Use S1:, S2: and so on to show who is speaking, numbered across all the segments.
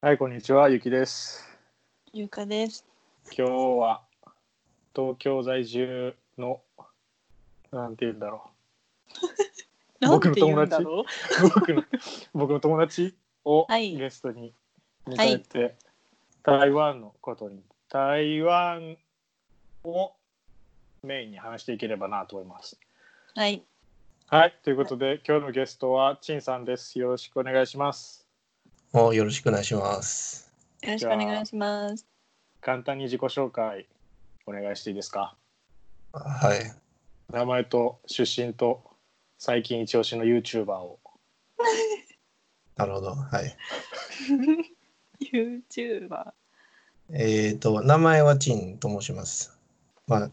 S1: はい、こんにちは、ゆきです。
S2: ゆうかです。
S1: 今日は東京在住の、なんて言うんだろ
S2: なん
S1: 僕
S2: て
S1: の
S2: 言
S1: 友
S2: うん
S1: 達
S2: だろ
S1: う。 僕の、僕の友達を
S2: はい
S1: ゲストに迎えて、台湾のことに、台湾をメインに話していければなと思います。
S2: う。はい。
S1: はい、ということで、今日のゲストは陳さんです。よろしくお願いします。
S3: もうよろしくお願いします。
S2: よろしくお願いします。
S1: 簡単に自己紹介お願いしていいですか。
S3: はい。
S1: 名前と出身と最近一押しの YouTuber を。
S3: なるほど。はい。
S2: YouTuber。
S3: えっ、と、名前はチンと申します。まあ、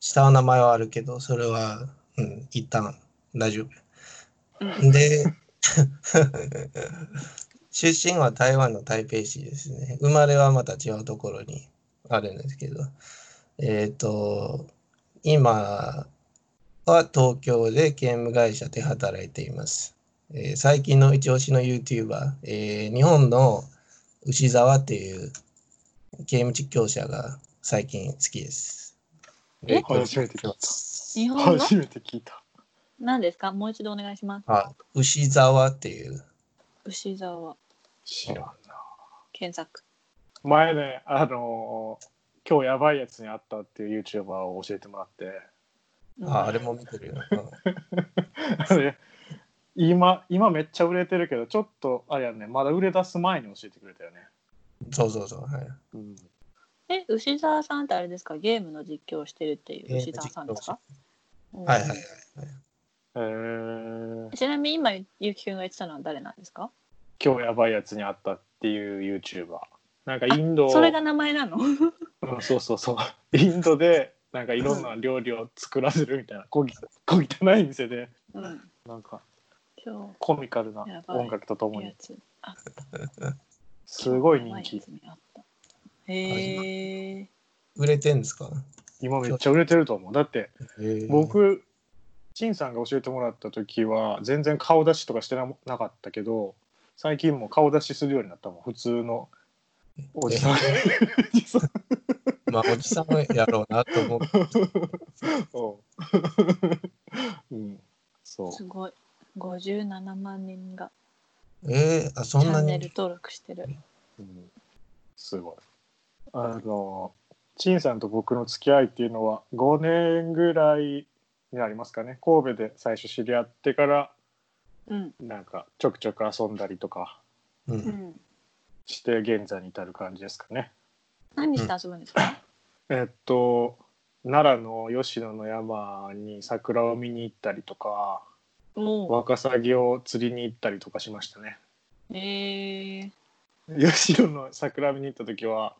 S3: 下の名前はあるけど、それは、うん、一旦大丈
S2: うん。
S3: 夫。で、出身は台湾の台北市ですね。生まれはまた違うところにあるんですけど、えっ、と、今は東京でゲーム会社で働いています。えー最近の一押しの YouTuber、えー日本の牛沢っていうゲーム実況者が最近好きです。
S2: え
S1: 初めて聞い
S2: 日
S1: た。
S2: 本の
S1: 初めて聞いた。
S2: 何ですかもう一度お願いします。
S3: あ牛沢っていう、
S2: 牛沢
S1: 知らんな。
S2: 検索。
S1: 前ね、あのー今日やばいやつに会ったっていう YouTuber を教えてもらって、
S2: うん
S3: ああれも見てるよ。 うん
S1: あれ今、今めっちゃ売れてるけど、ちょっと、あれやね、まだ売れ出す前に教えてくれたよね。
S3: そうそうそう。はい
S1: うん、
S2: え、牛沢さんってあれですかゲームの実況をしてるっていう牛沢さんですか
S3: はいはいはい。
S1: えー
S2: うん、ちなみに今、ゆきくんが言ってたのは誰なんですか
S1: 今日やばいやつに会ったっていう YouTuber。なんかインド
S2: それが名前なの
S1: うん、そうそうそう。インドでなんかいろんな料理を作らせるみたいな 小小汚い店で
S2: うん。
S1: なんか
S2: 今
S1: コミカルな
S2: やばい
S1: 音楽ととも
S2: 日、や
S1: に
S2: つ。あ
S1: すごい人気。
S2: あったへえ。
S3: 売れてんですか
S1: 今めっちゃ売れてると思う。だって
S3: えー
S1: 僕陳さんが教えてもらった時は全然顔出しとかしてななかったけど最近もう顔出しするようになったもん普通のおじさん。おじさん
S3: まあ、おじさんやろうなと 思って。
S1: うんうんそう
S2: すごい。57万人が
S3: えー、あそ
S2: チ
S3: んな
S2: ャンネル
S3: に。
S2: 登録してる。
S1: うんすごい。あの、陳さんと僕の付き合いっていうのは5年ぐらいになりますかね。神戸で最初知り合ってから、
S2: うん。
S1: なんかちょくちょく遊んだりとか
S3: う、
S2: うんん。
S1: して、現在に至る感じですかね。
S2: 何して遊ぶんですか、
S1: えっと、奈良の吉野の山に桜を見に行ったりとか、
S2: も
S1: ワカサギを釣りに行ったりとかしましたね。
S2: う。えー。
S1: 吉野の桜見に行った時は、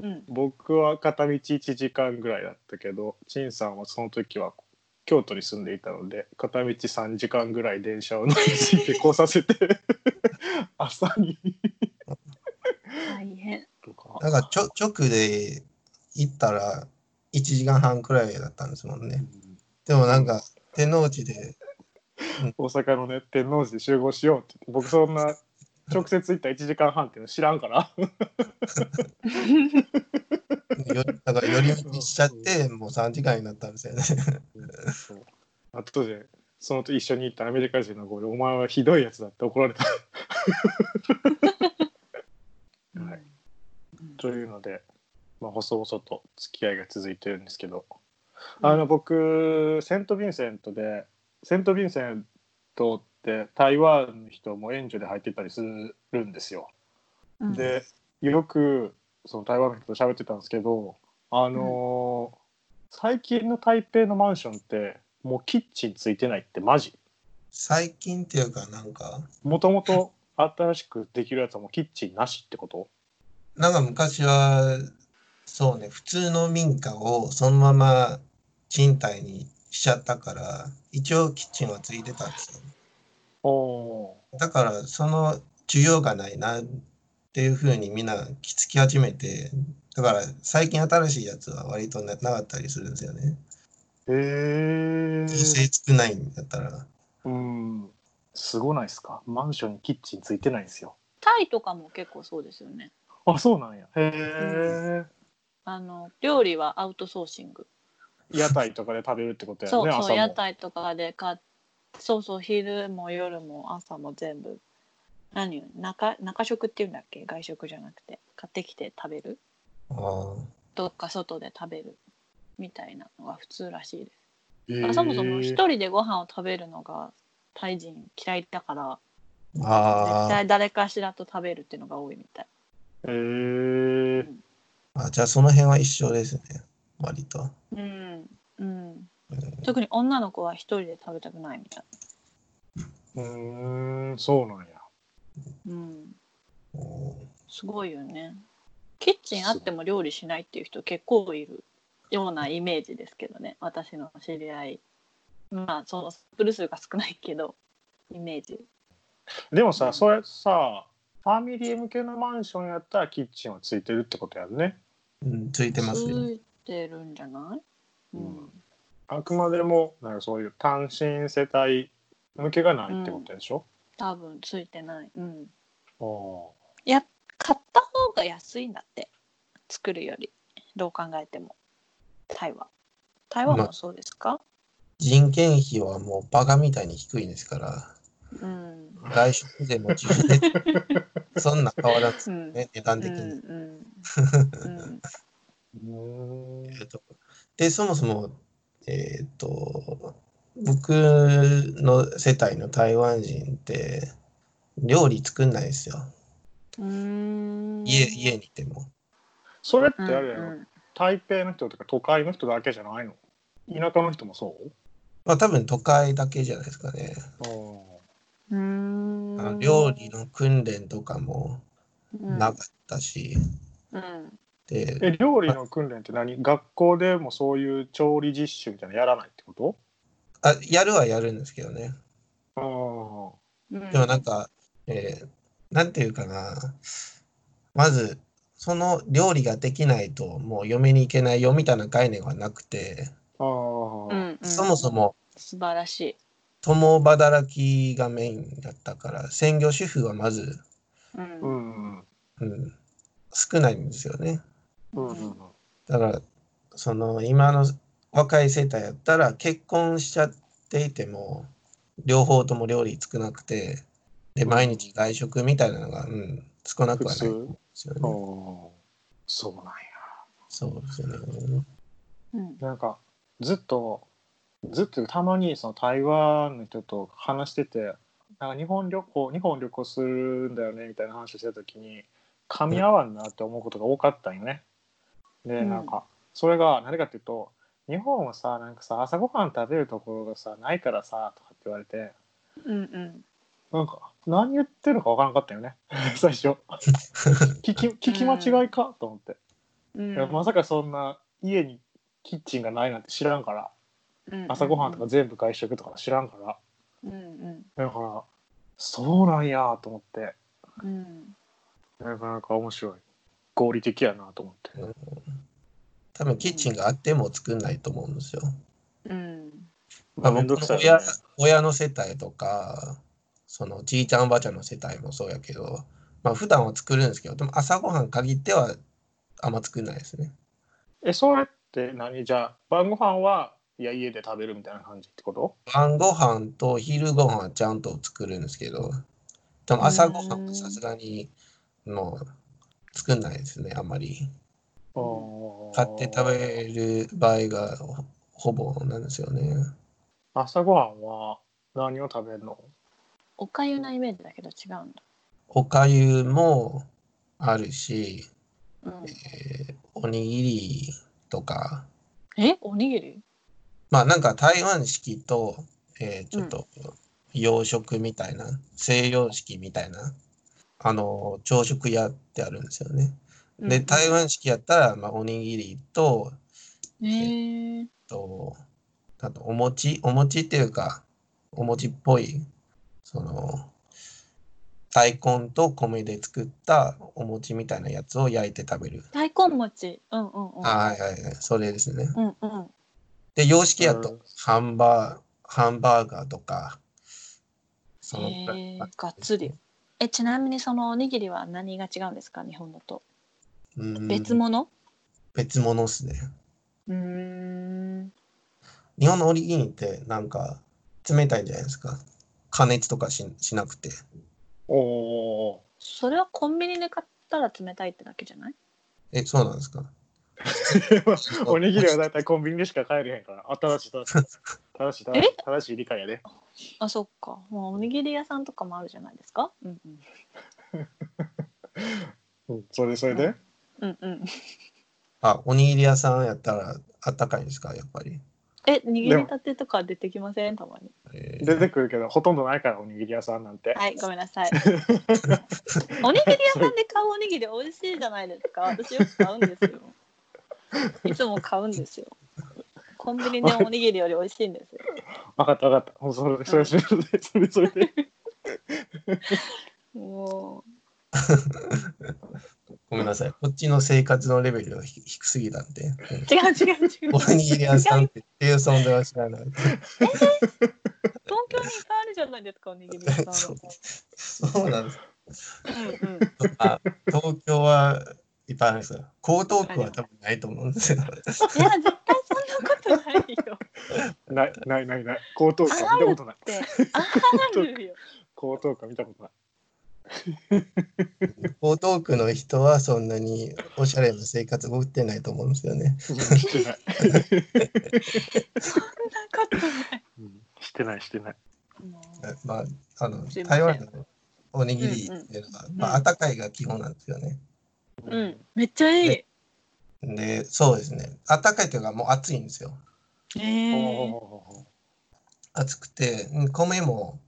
S2: うん。
S1: 僕は片道1時間ぐらいだったけど陳さんはその時は京都に住んでいたので片道3時間ぐらい電車を乗り継いで来させて 朝に
S2: 大変。
S1: とか
S3: なんかちょ直で行ったら1時間半くらいだったんですもんね。でもなんか手の内で、
S1: 大阪のね天王寺で集合しようって僕そんな直接行った1時間半っていうの知らんから
S3: よなんか寄り道しちゃって、もう3時間になったんですよね。
S1: そうあとでそのと一緒に行ったアメリカ人の子に「お前はひどいやつだ」って怒られたはい
S2: うん
S1: というので、まあ、細々と付き合いが続いてるんですけどあの僕セント・ヴィンセントでセント・ヴィンセントって台湾の人も援助で入ってたりするんですよ。
S2: うん、
S1: でよくその台湾の人と喋ってたんですけどあのー最近の台北のマンションってもうキッチンついてないってマジ
S3: 最近っていうかなんか、
S1: もともと新しくできるやつはもうキッチンなしってこと
S3: なんか昔はそうね、普通の民家をそのまま賃貸にしちゃったから、一応キッチンはついてたんですよ。
S1: お
S3: だからその需要がないなっていうふうにみんな気づき始めてだから最近新しいやつは割とななかったりするんですよね。
S1: へえ
S3: 女性少ないんだったら。
S1: うん、すごないですかマンションにキッチンついてないんですよ。
S2: 多タイとかも結構そうですよね。
S1: あそうなんやへ
S2: あの料理はアウトソーシング。
S1: え屋台とかで食べるってことやね
S2: そう
S1: 朝
S2: そ
S1: も
S2: う屋台とかで買っそうそう昼も夜も朝も全部何中中食っていうんだっけ外食じゃなくて買ってきて食べる
S3: ああ。
S2: どっか外で食べるみたいなのが普通らしいです。
S1: へ
S2: だか
S1: ー
S2: らそもそも一人でご飯を食べるのがタイ人嫌いだから絶
S3: あ
S2: 対誰かしらと食べるっていうのが多いみたい。
S1: へー
S3: あ。あじゃあその辺は一緒ですね。割と。
S2: うんうん、
S3: うん
S2: 特に女の子は一人で食べたくないみたいう
S1: ーんそうなんや
S2: な、うん、
S3: うん
S2: すごいよねキッチンあっても料理しないっていう人結構いるようなイメージですけどね私の知り合いまあそのサンプル数が少ないけどイメージ
S1: でも
S2: う
S1: さ
S2: ん
S1: それさファミリー向けのマンションやったらキッチンはついてるってことやんね
S3: うん、つい
S2: つ
S3: てますよ。
S2: いてるんじゃない、うん、
S1: あくまでもなんかそういう単身世帯向けがないってことでしょ、
S2: 多分ついてない、うん、
S1: あー
S2: 買った方が安いんだって作るよりどう考えてもタイは台湾もそうですか、
S3: 人件費はもうバカみたいに低いですから、
S2: うん
S3: 外食でも自分で、 そんな変わらず
S2: うん
S3: ね、値段
S2: う
S3: 的
S2: ん
S3: に。
S2: うんうん
S1: うーん
S3: で、そもそも、えーっと、僕の世帯の台湾人って、料理作んないですよ。
S2: うーん
S3: 家、家にいても。
S1: それってあ
S2: うん
S1: れやろ、
S2: うん
S1: 台北の人とか都会の人だけじゃないの田舎の人もそう
S3: まあ多分都会だけじゃないですかね。
S2: うーん
S3: あの料理の訓練とかも
S2: うん
S3: なかったし、
S2: うん
S3: で、
S1: え料理の訓練って何学校でもそういう調理実習みたいなのやらないってこ
S3: あ、やるはやるんですけどね。
S1: と
S2: うん
S3: でもなんか、えーなんていうかな、まず、その料理ができないと、もう嫁に行けないよみたいな概念はなくて、
S1: あー
S2: う
S1: あ
S2: んうん
S3: そもそも
S2: 素晴らしい
S3: 共働きがメインだったから、専業主婦はまず、
S2: う
S1: ーうんんうん
S3: うん、少ないんですよね。
S1: うんうんうん
S3: だから、その今の若い世帯やったら、結婚しちゃっていても、両方とも料理少なくて、で、毎日外食みたいなのが、うん、少なく
S1: 普
S3: はないんで
S1: 通
S3: すよ
S1: あ
S3: ね。
S1: ーそうなんや
S3: そうですよね。
S2: うん
S1: なんかずっとずっとたまにその台湾の人と話しててなんか日本旅行日本旅行するんだよねみたいな話をしてた時に噛み合わんなって思うことが多かったんよね。で
S2: うん
S1: なんかそれが何かっていうと日本はさなんかさ朝ごはん食べるところがさないからさとかって言われて
S2: うんうん
S1: なんか何言ってるのか分からなかったよね 最初聞 き聞き間違いかと思って、
S2: うん
S1: いやまさかそんな家にキッチンがないなんて知らんから。朝ごはんとか全部外食とか知らんから
S2: うんうん
S1: だからそうなんやと思って
S2: うん
S1: なかなか面白い合理的やなと思って
S3: 多分キッチンがあっても作んないと思うんですよ。
S2: うん
S1: まあ
S3: 多分
S1: 面倒くさいよ
S3: 親
S1: ね
S3: 親の世帯とか、そのじいちゃんおばあちゃんの世帯もそうやけど、まあ普段は作るんですけど、でも朝ごはん限ってはあんま作んないですね。
S1: えそれって何じゃあ晩ご飯はいや家で食べるみたいな感じってこと
S3: 晩ご飯と昼ご飯はちゃんと作るんですけど、でも朝ごはんはさすがにもう作んないですね、あんまり。買って食べる場合がほほぼなんですよね。
S1: 朝ごはんは何を食べるの
S2: おかゆなイメージだけど違うんだ
S3: おかゆもあるし、
S2: うん
S3: えーおにぎりとか、
S2: えおにぎり
S3: まあなんか台湾式と、えーちょっと洋食みたいな、西洋式みたいな、あの、朝食屋ってあるんですよね。で、台湾式やったら、まあ、おにぎりと、
S2: へえ
S3: と、あとお餅、お餅っていうか、お餅っぽい、その、大根と米で作ったお餅みたいなやつを焼いて食べる。
S2: 大根餅うんうんうん
S3: あはいはいはい、それですね。
S2: うんうん
S3: で、洋式や
S1: う
S3: と
S1: ん、
S3: ハンバー、ハンバーガーとか、その
S2: へえがっつりえちなみにそのおにぎりは何が違うんですか日本のと
S3: うん
S2: 別物
S3: 別物っすね。
S2: うーん
S3: 日本のオリギニってなんか冷たいじゃないですか。加熱とかししなくて。
S1: お お
S2: それはコンビニで買ったら冷たいってだけじゃない
S3: え、そうなんですか
S1: ー。おにぎりはだいたいコンビニでしか買えれへんから。あ、正しい正しい。正しい正しい正しい理解やで。
S2: あそっか、まあ、おにぎり屋さんとかもあるじゃないですかうんうん
S1: うん、それでそれで。
S2: うんうん
S3: あ、おにぎり屋さんやったらあったかいんですかやっぱり。
S2: え握りたてとか出てきませんたまに
S3: えー
S1: 出てくるけど、ほとんどないから、おにぎり屋さんなんて。
S2: はいごめんな さいおにぎり屋さんで買うおにぎり美味しいじゃないですか私よく買うんですよいつも買うんですよコンビニでおにぎりより美味しいんですよ
S1: わかったわかった。もうそれでそれでそれでそれでそれで。
S2: も
S3: ごめんなさい。こっちの生活のレベルがひ低すぎたんで。うん
S2: う違う違う違う
S3: おにぎり屋さん
S2: 違
S3: っ
S2: う
S3: てっていう存在は知らない。
S2: 東京にいっぱいあるじゃないですかおにぎり屋さん
S3: そうそうなんです。
S2: うんうん
S3: あ東京はいっぱいあるんですよ。江東区は多分ないと思うんですよ。
S2: いや絶対そんなことないよ
S1: ないないないない。高等感見たことない
S2: っ。てあるよ
S1: 高等感見た ことない。
S3: 江東区の人はそんなにおしゃれな生活を送ってないと思うんですよね。
S1: うんしてない。
S2: そんなことない
S1: うんしてないしてない。
S2: もう
S3: まあ、あの
S2: すいません
S3: 台湾のおにぎりっていうのは、
S2: ん
S3: まあ、温かいが基本なんですよね。
S2: うん、めっちゃいい。
S3: ねで、そうですね。温かいというか、もう熱いんですよ。
S2: え
S1: おー
S2: ー、
S3: 熱くて、うん米も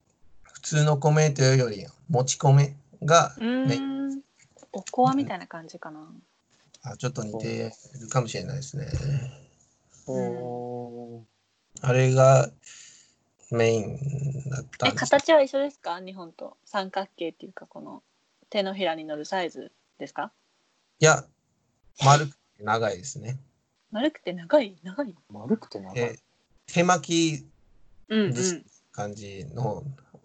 S3: 普通の米というより、もち米が
S2: う、ーん。おこわみたいな感じかな。
S3: あちょっと似てるかもしれないですね。
S1: おー
S3: あれがメインだった
S2: え、
S3: んです
S2: 形は一緒ですか？日本と三角形っていうかこの手のひらに乗るサイズですか？
S3: いや、丸くて長いですね。
S2: 丸くて長い長い。
S1: 丸くて長い
S3: で。手巻き
S2: うんう
S3: ず感じの、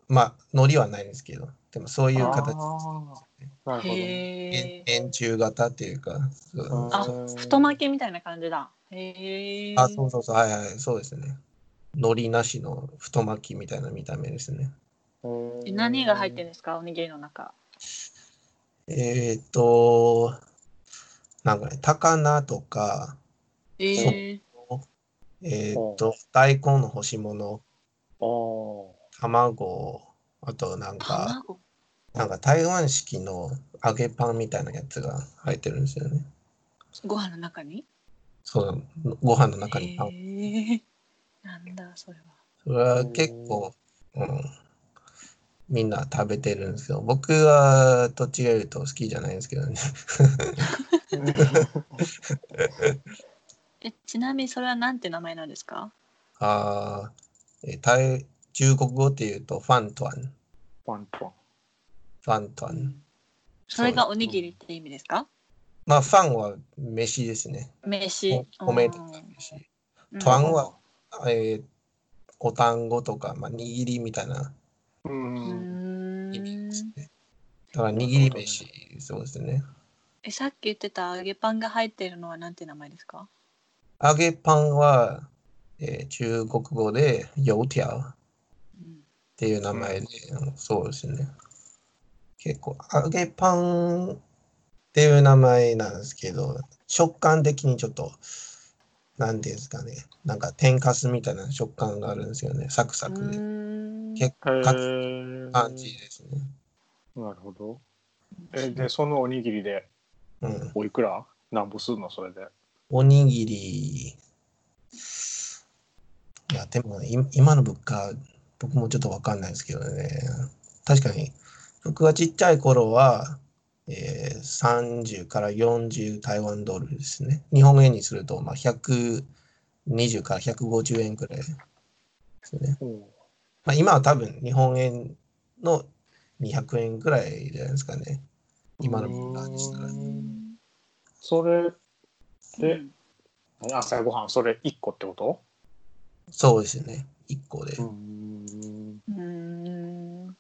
S3: まあ、海苔はないんですけど、でもそういう
S1: あーな
S3: 形
S1: るほどね。
S2: へ
S3: 円
S2: え。
S3: 円柱型っていうか、そう
S2: あ
S1: うん、
S2: 太巻きみたいな感じだ。へえ。
S3: あ、そうそうそう、はいはい、そうですね。海苔なしの太巻きみたいな見た目ですね。
S2: え何が入ってるんですか？おにぎりの中。
S3: えーっと、なんかね、高菜とか、
S2: ええ。
S3: えーっと、大根の干し物、
S1: の
S3: 卵、あとなんか、
S2: 卵。
S3: なんか台湾式の揚げパンみたいなやつが入ってるんですよね。
S2: ご飯の中に？
S3: そう、ご飯の中にパン。
S2: へえ。なんだそれは。
S3: それは結構、うん、みんな食べてるんですけど、僕はと違うと好きじゃないんですけどね。
S2: え、ちなみにそれはなんて名前なんですか？
S3: あーえー台中国語っていうと、ファントアン。
S1: パンパン。
S3: ファントアン。
S2: それがおにぎりって意味ですか？
S3: まあ、ファンは飯ですね。
S2: 飯。
S3: お米とか飯。トアンは、えーお単語とか、まあ、握りみたいな
S1: う。
S2: うんん。う
S3: 意味です
S2: ーん
S3: ね。だから握り飯、そうですね。
S2: え、さっき言ってた揚げパンが入っているのはなんて名前ですか？
S3: 揚げパンは、えー中国語で油条っ
S2: うん
S3: ていう名前で、そうですね。結構、揚げパンっていう名前なんですけど、食感的にちょっと、なんていうんですかね、なんか天かすみたいな食感があるんですよね、サクサ
S2: う
S3: クで。
S2: ーん。
S3: 結
S1: へ
S3: 構、かつ
S1: ー
S3: 感じですね。
S1: なるほど。え、で、そのおにぎりで、
S3: うん。
S1: おいくらなんぼすんのそれで。
S3: おにぎり、いや、でも、い今の物価、僕もちょっとわかんないですけどね。確かに、僕がちっちゃい頃は、えー30から40台湾ドルですね。日本円にすると、まあ、120から150円くらいですね。
S1: うん
S3: まあ、今は多分、日本円の200円くらいじゃないですかね。今の物価でしたら
S1: う。んそれで
S2: うん、
S1: 朝ごはんそれ1個ってこと
S3: そうですね。1個で。
S1: ん
S2: うーん。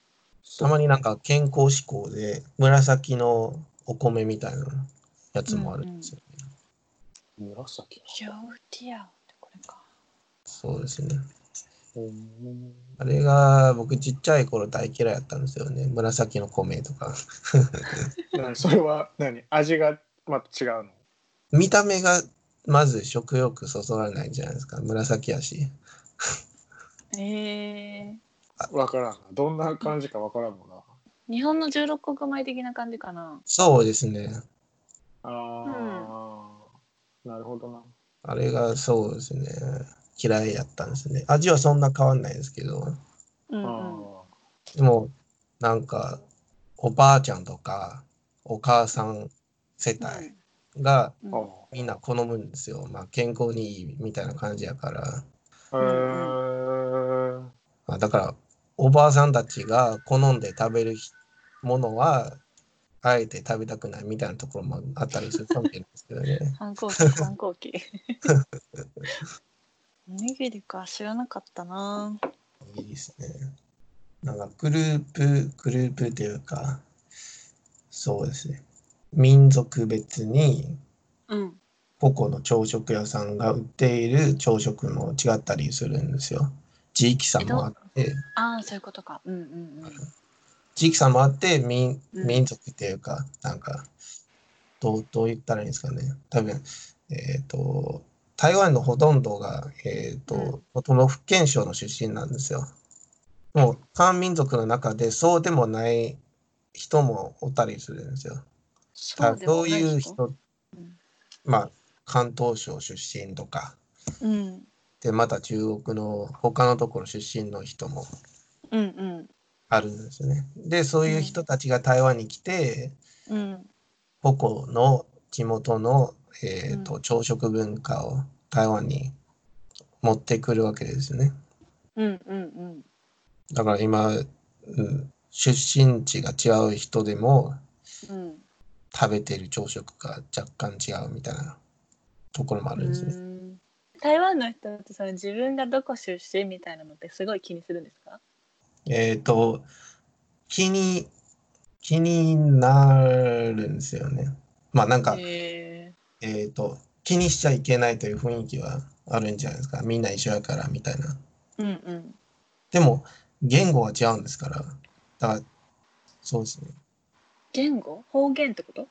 S3: たまになんか健康志向で紫のお米みたいなやつもあるんですよね。
S1: 紫
S2: ジョウティアオってこれか。
S3: そうですね。
S1: の。うん
S3: あれが僕ちっちゃい頃大嫌いやったんですよね。紫の米とか。
S1: なそれは何味がまた違うの
S3: 見た目がまず食欲そそらないんじゃないですか。紫やし。
S2: えー、
S1: わからんな。どんな感じかわからんもんな。
S2: 日本の16国米的な感じかな。
S3: そうですね。
S1: ああ、なるほどな。
S3: あれがそうですね。嫌いやったんですね。味はそんな変わんないですけど。
S2: うん、うん。
S1: あ
S3: でも、なんか、おばあちゃんとか、お母さん世帯が
S2: うん
S1: ー
S2: うん。
S1: あ
S3: みんな好むんですよ。まあ、健康にいいみたいな感じやから。
S1: ー。へえ。
S3: まあ、だから、おばあさんたちが好んで食べるひものは、あえて食べたくないみたいなところもあったりするかもしれないですけどね
S2: 反抗 期、反抗期。おにぎりか知らなかったな。
S3: いいですね。なんか、グループ、グループというか、そうですね。民族別に、
S2: うん。
S3: 個々の朝食屋さんが売っている朝食も違ったりするんですよ。地域差もあって、
S2: ああ、そういうことか。うんうんうん。
S3: 地域差もあって民
S2: うん
S3: 民族っていうか、なんかどうどう言ったらいいんですかね。多分えっ、と台湾のほとんどがえっ、と、都道府県省の出身なんですよ。でも漢民族の中でそうでもない人もおったりするんですよ。
S2: そうで
S3: ど
S2: も
S3: う
S2: な
S3: いう
S2: い
S3: 人、
S2: 人。
S3: まあ関東省出身とか。
S2: うん。
S3: でまた中国の他のところ出身の人も
S2: うんうん。
S3: あるんですよね。でそういう人たちが台湾に来て
S2: うん。
S3: 母校の地元の、えーと
S2: う
S3: 朝食文化を台湾に持ってくるわけですよね。
S2: うんうんうん。
S3: だから今、うん、出身地が違う人でも
S2: うん。
S3: 食べてる朝食が若干違うみたいなところもあ
S2: う
S3: るんですね。
S2: ん台湾の人ってその自分がどこ出身みたいなのってすごい気にするんですか
S3: えっ、と気に気になるんですよね。まあなんか、
S2: へえ
S3: えー、と気にしちゃいけないという雰囲気はあるんじゃないですかみんな一緒やからみたいな
S2: うんうん
S3: でも言語は違うんですからだからそうですね
S2: 言語方言ってこと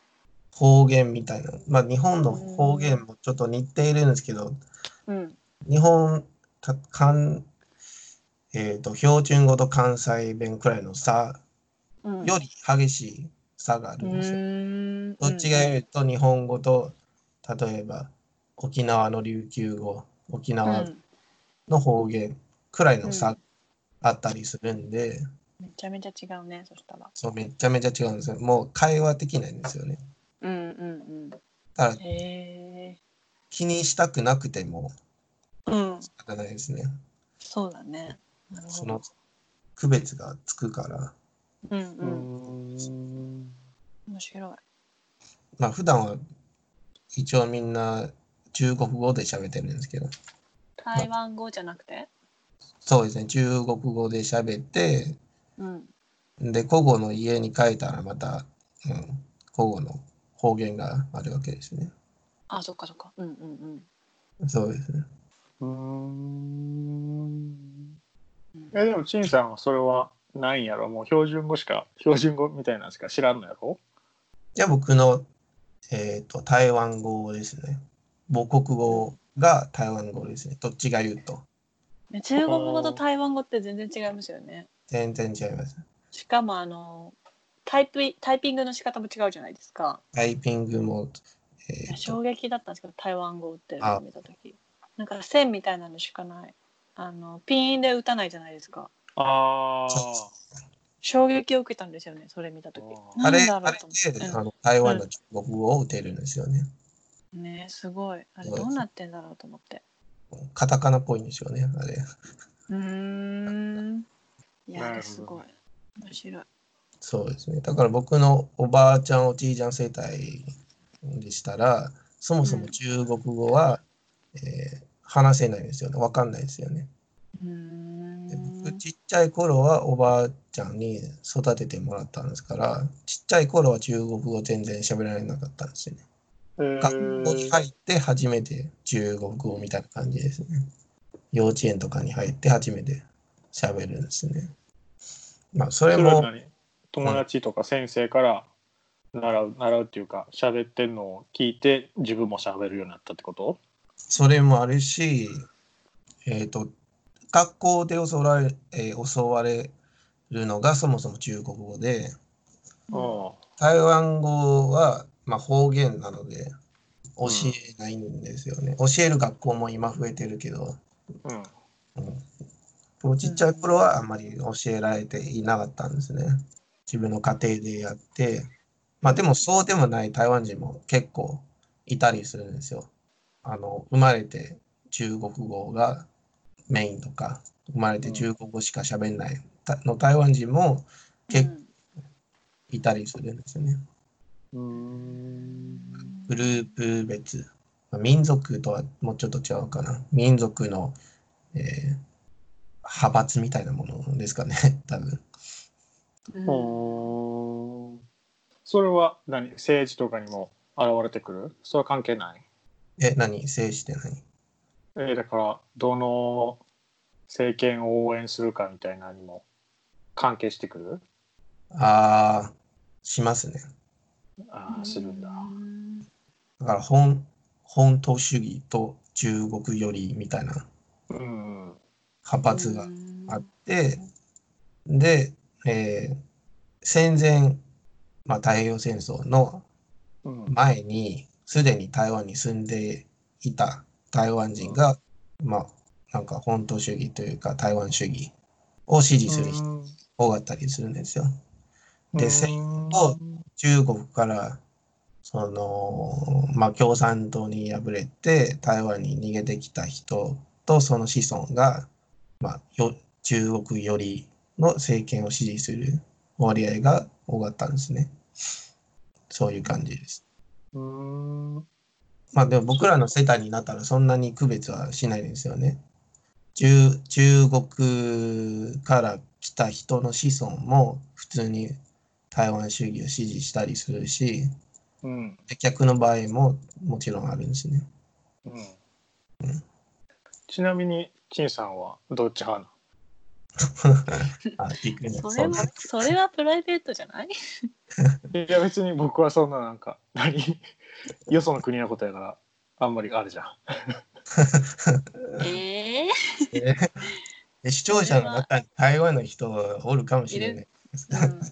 S3: 方言みたいなまあ日本の方言もちょっと似ているんですけど
S2: うん
S3: 日本たかんえー、と標準語と関西弁くらいの差
S2: うん
S3: より激しい差があるんですよ、
S2: ん
S3: どっちが言うと日本語と例えば沖縄の琉球語沖
S2: う
S3: 縄
S2: ん
S3: の方言くらいの
S2: う
S3: 差
S2: ん
S3: あったりするんで、
S2: めちゃめちゃ違うねそしたら
S3: そうめちゃめちゃ違うんですよもう会話できないんですよね
S2: うんうん
S3: だか
S2: うんへ
S3: ら
S2: え
S3: 気にしたくなくても
S2: うん
S3: 仕方ないですね
S2: そうだねなる
S3: そ
S2: ほ
S3: の
S2: ど
S3: 区別がつくから
S2: うん
S1: う
S2: うん
S1: ん。
S2: 面白い
S3: まあ普段は一応みんな中国語で喋ってるんですけど
S2: 台湾語じゃなくて
S3: そうですね中国語で喋って
S2: うん
S3: で古語の家に帰ったらまた、うん、古語の方言があるわけですね
S2: あそっかそっかうんうんうん
S3: そうですね
S1: うん。
S2: うん
S1: え、でも、陳さんはそれはないんやろもう標準語しか、標準語みたいなのしか知らんのやろ
S3: じゃあ僕の、えー、と台湾語ですね。母国語が台湾語ですね。どっちが言うと
S2: ね中国語と台湾語って全然違いますよね
S3: 全然違います。
S2: しかもあのタイプタイピングの仕方も違うじゃないですか。
S3: タイピングも、
S2: い
S3: え
S2: や
S3: ーと
S2: 衝撃だったんですけど台湾語打ってる
S3: あ
S2: のを見た時なんか線みたいなのしかないあのピンで打たないじゃないですか
S1: あ
S3: そ
S2: 衝撃を受けたんですよねそれ見た時
S1: あ
S3: あ
S2: なん
S3: れ
S2: だ
S3: あ
S2: ろう
S3: れ
S2: と思って
S3: で、あの台湾の中国語を打てるんですよね。
S2: うんねすごいあれ
S3: そうです
S2: どうなってんだろうと思って
S3: カタカナっぽいんですよね、あれ。
S2: うーんいや
S1: なるほど
S2: あれすごい面白い
S3: そうですね。だから僕のおばあちゃん、おじいちゃん世帯でしたら、そもそも中国語は、えー話せないんですよね。わかんないですよね。
S2: うーん
S3: で僕ちっちゃい頃はおばあちゃんに育ててもらったんですからちっちゃい頃は中国語全然喋られなかったんですよね。
S1: え
S3: 学校に
S1: ー
S3: 入って初めて中国語みたいな感じですね。幼稚園とかに入って初めて喋るんですね。まあそれ
S1: それは
S3: も
S1: 何友達とか先生から習う習うっていうか喋ってるのを聞いて自分も喋るようになったってこと
S3: それもあるし、えー、と学校で教われ,、えー教われるのがそもそも中国語で
S1: うん
S3: 台湾語は、まあ、方言なので教えないんですよね、教える学校も今増えてるけど、
S1: うん
S3: うん、でもちっちゃい頃はあんまり教えられていなかったんですね自分の家庭でやってまあでもそうでもない台湾人も結構いたりするんですよあの生まれて中国語がメインとか生まれて中国語しか喋んないたの台湾人も結構いたりするんですよね
S1: うん
S3: グループ別、まあ民族とはもうちょっと違うかな。民族の、えー派閥みたいなものですかね、多分。
S2: うん
S1: うんそれは何政治とかにも現れてくるそれは関係ない
S3: え、何制して何
S1: えーだからどの政権を応援するかみたいなのにも関係してくる
S3: ああ、しますね。
S1: ああするんだ。
S2: うん
S3: だから本、本当主義と中国よりみたいな
S1: うん
S3: 派閥があって、で、えー戦前、まあ、太平洋戦争の
S1: うん
S3: 前にすでに台湾に住んでいた台湾人が、まあなんか本土主義というか台湾主義を支持する人が多かったりするんですよ。で
S1: 戦
S3: 後中国からその、まあ、共産党に敗れて台湾に逃げてきた人とその子孫が、まあ、よ中国よりの政権を支持する割合が多かったんですね。そういう感じです。
S1: うん
S3: まあでも僕らの世代になったらそんなに区別はしないですよね。中中国から来た人の子孫も普通に台湾主義を支持したりするし、
S1: うん
S3: 逆の場合ももちろんあるんですね。
S1: うんちなみに陳さんはどっち派な
S3: あ、びっくりした
S2: それは
S3: そう
S2: それはプライベートじゃない
S1: のいや別に僕はそんななんか何よその国のことやからあんまりあるじゃん。
S2: ええ
S3: で視聴者の中に台湾の人おるかもしれない。
S2: うん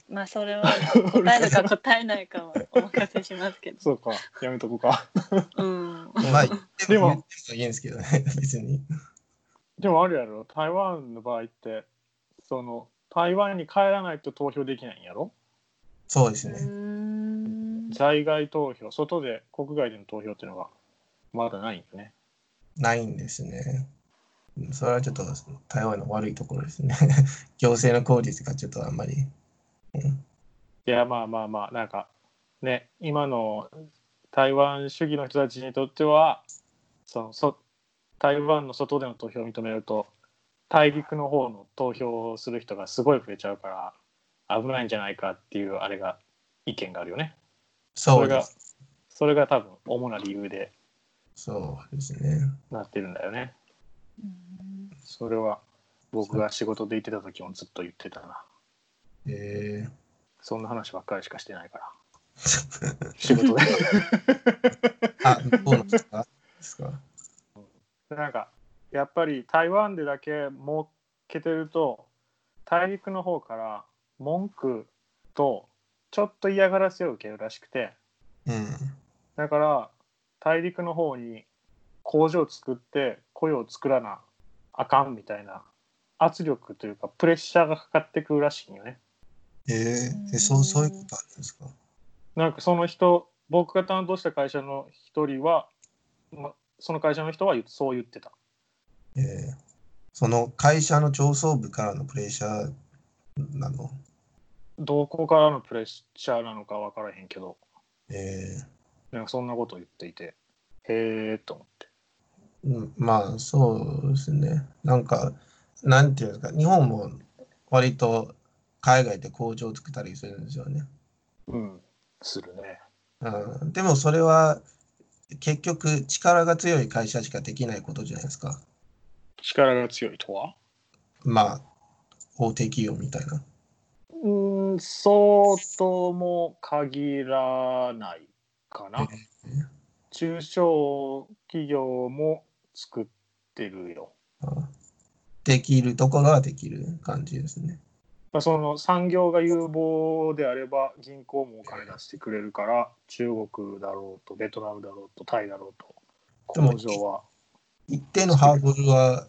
S2: まあそれは答えるか答えないかはお任せしますけど。
S1: そうかやめとこうか。
S2: うん。
S3: まあ言って
S1: で
S3: も
S1: も
S3: 言ってもいいんですけどね、 別に。
S1: でもあるやろ台湾の場合ってその台湾に帰らないと投票できないんやろ
S3: そうです
S2: う
S3: ね。
S2: ん
S1: 在外投票外で国外での投票っていうのがまだないんよね。
S3: ないんですね。うんそれはちょっと台湾の悪いところですね。 行政の効率がちょっとあんまり。うん
S1: いやまあまあまあなんかね今の台湾主義の人たちにとってはそのそ台湾の外での投票を認めると大陸の方の投票をする人がすごい増えちゃうから危ないんじゃないかっていうあれが意見があるよね。そ
S3: そう
S1: れ
S3: で
S1: が
S3: す。
S1: それが多分主な理由で
S3: そうですね。
S1: なってるんだよね。それは僕が仕事で行ってた時もずっと言ってたな。
S3: え
S1: そんな話ばっかりしかしてないから。仕事で。
S3: ー、 あ、どうなんですかですか
S1: なんかやっぱり台湾でだけ儲けてると大陸の方から文句とちょっと嫌がらせを受けるらしくて
S3: うん。
S1: だから大陸の方に工場を作って雇用を作らなあかんみたいな圧力というかプレッシャーがかかってくるらしいんよね。
S3: えー、えそうそういうことあるんですか
S1: なんかその人僕が担当した会社の一人は、ま、その会社の人は言うそう言ってた。
S3: えー、その会社の上層部からのプレッシャーなの
S1: どこからのプレッシャーなのか分からへんけど。
S3: え
S1: なんかそんなこと言っていて、へえと思って。
S3: ー、うんまあそうですね。なんかなんていうんですか、日本も割と海外で工場を作ったりするんですよね。
S1: うん、するね。
S3: うん、でもそれは結局力が強い会社しかできないことじゃないですか。
S1: 力が強いとは
S3: まあ、大手企業みたいな。
S1: うーん、そうとも限らないかな。中小企業も作ってるよ。
S3: うんできるところはできる感じですね。
S1: まあ、その産業が有望であれば銀行もお金出してくれるから中国だろうとベトナムだろうとタイだろうと
S3: でも
S1: 工場は
S3: 一定のハードルは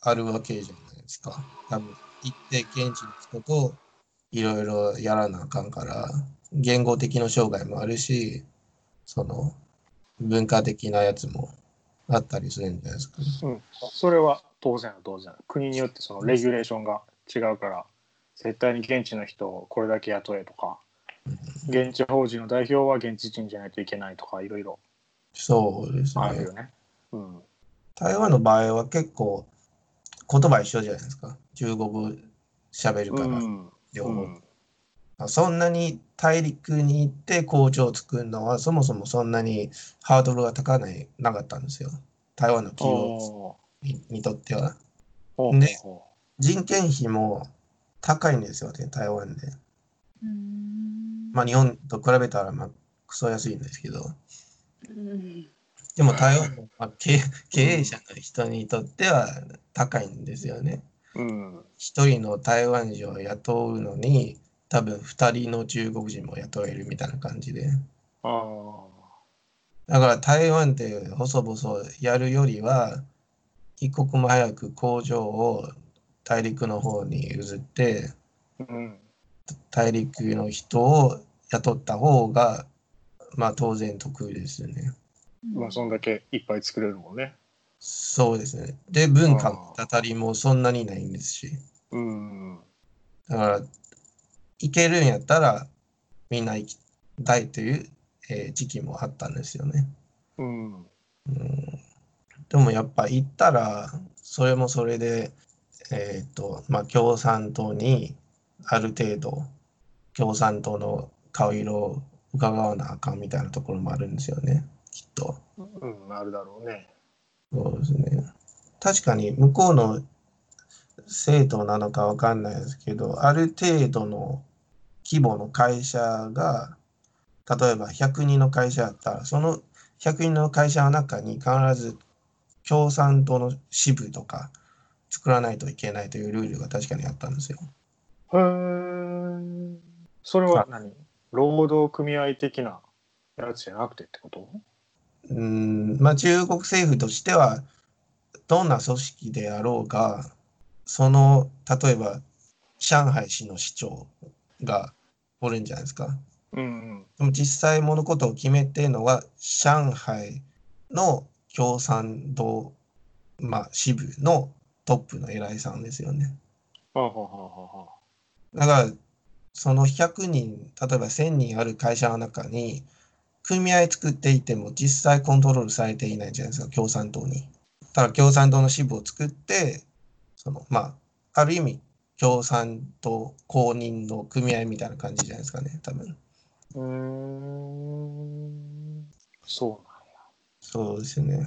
S3: あるわけじゃないですか。多分一定現地の人といろいろやらなあかんから、言語的の障害もあるし、その文化的なやつもあったりするんじゃないですか、
S1: うん、それは当然当然国によってそのレギュレーションが違うから絶対に現地の人をこれだけ雇えとか現地法人の代表は現地人じゃないといけないとかいろいろ
S3: そうです
S1: ある
S3: ね
S1: よ。ね。うん、
S3: 台湾の場合は結構言葉一緒じゃないですか。中国語喋る
S1: う
S3: から、
S1: ん
S3: 両
S1: う
S3: 方。
S1: ん
S3: そんなに大陸に行って工場を作るのはそもそもそんなにハードルが高ないなかったんですよ。台湾の企業
S1: おー
S3: ににとっては。
S1: ほうほう
S3: ね
S1: ほ
S3: 人件費も高いんですよね、台湾で。
S2: うん
S3: まあ日本と比べたらまあクソ安いんですけど。
S2: うん
S3: でも台湾の、まあ、経経営者の人にとっては高いんですよね。
S1: ううん
S3: 一人の台湾人を雇うのに多分二人の中国人も雇えるみたいな感じで。
S1: あー
S3: だから台湾で細々やるよりは一刻も早く工場を大陸の方に譲って
S1: うん
S3: 大陸の人を雇った方がまあ当然得ですよね。
S1: まあそんだけいっぱい作れるもんね。
S3: そうですね。で文化のたりもそんなにないんですし
S1: うん
S3: だから行けるんやったらみんな行きたいという、えー時期もあったんですよね。
S1: うん
S3: うんでもやっぱ行ったらそれもそれで、えーとまあ、共産党にある程度共産党の顔色を伺わなあかんみたいなところもあるんですよねきっと。
S1: うんあるだろうね。
S3: そうですね確かに向こうの政党なのかわかんないですけどある程度の規模の会社が例えば100人の会社だったらその100人の会社の中に必ず共産党の支部とか作らないといけないというルールが確かにあったんですよ。
S1: へーそれは何労働組合的なやつじゃなくてってこと
S3: うーんまあ、中国政府としてはどんな組織であろうがその例えば上海市の市長がおるんじゃないですか。
S1: うん
S3: でも実際物事を決めてるのは上海の共産党、まあ、支部のトップの偉いさんですよね。
S1: うん。はははは
S3: だからその100人例えば1,000人ある会社の中に組合作っていても実際コントロールされていないじゃないですか共産党に。ただ共産党の支部を作ってそのまあある意味共産党公認の組合みたいな感じじゃないですかね多分。
S1: うーん。そう
S3: そうですね。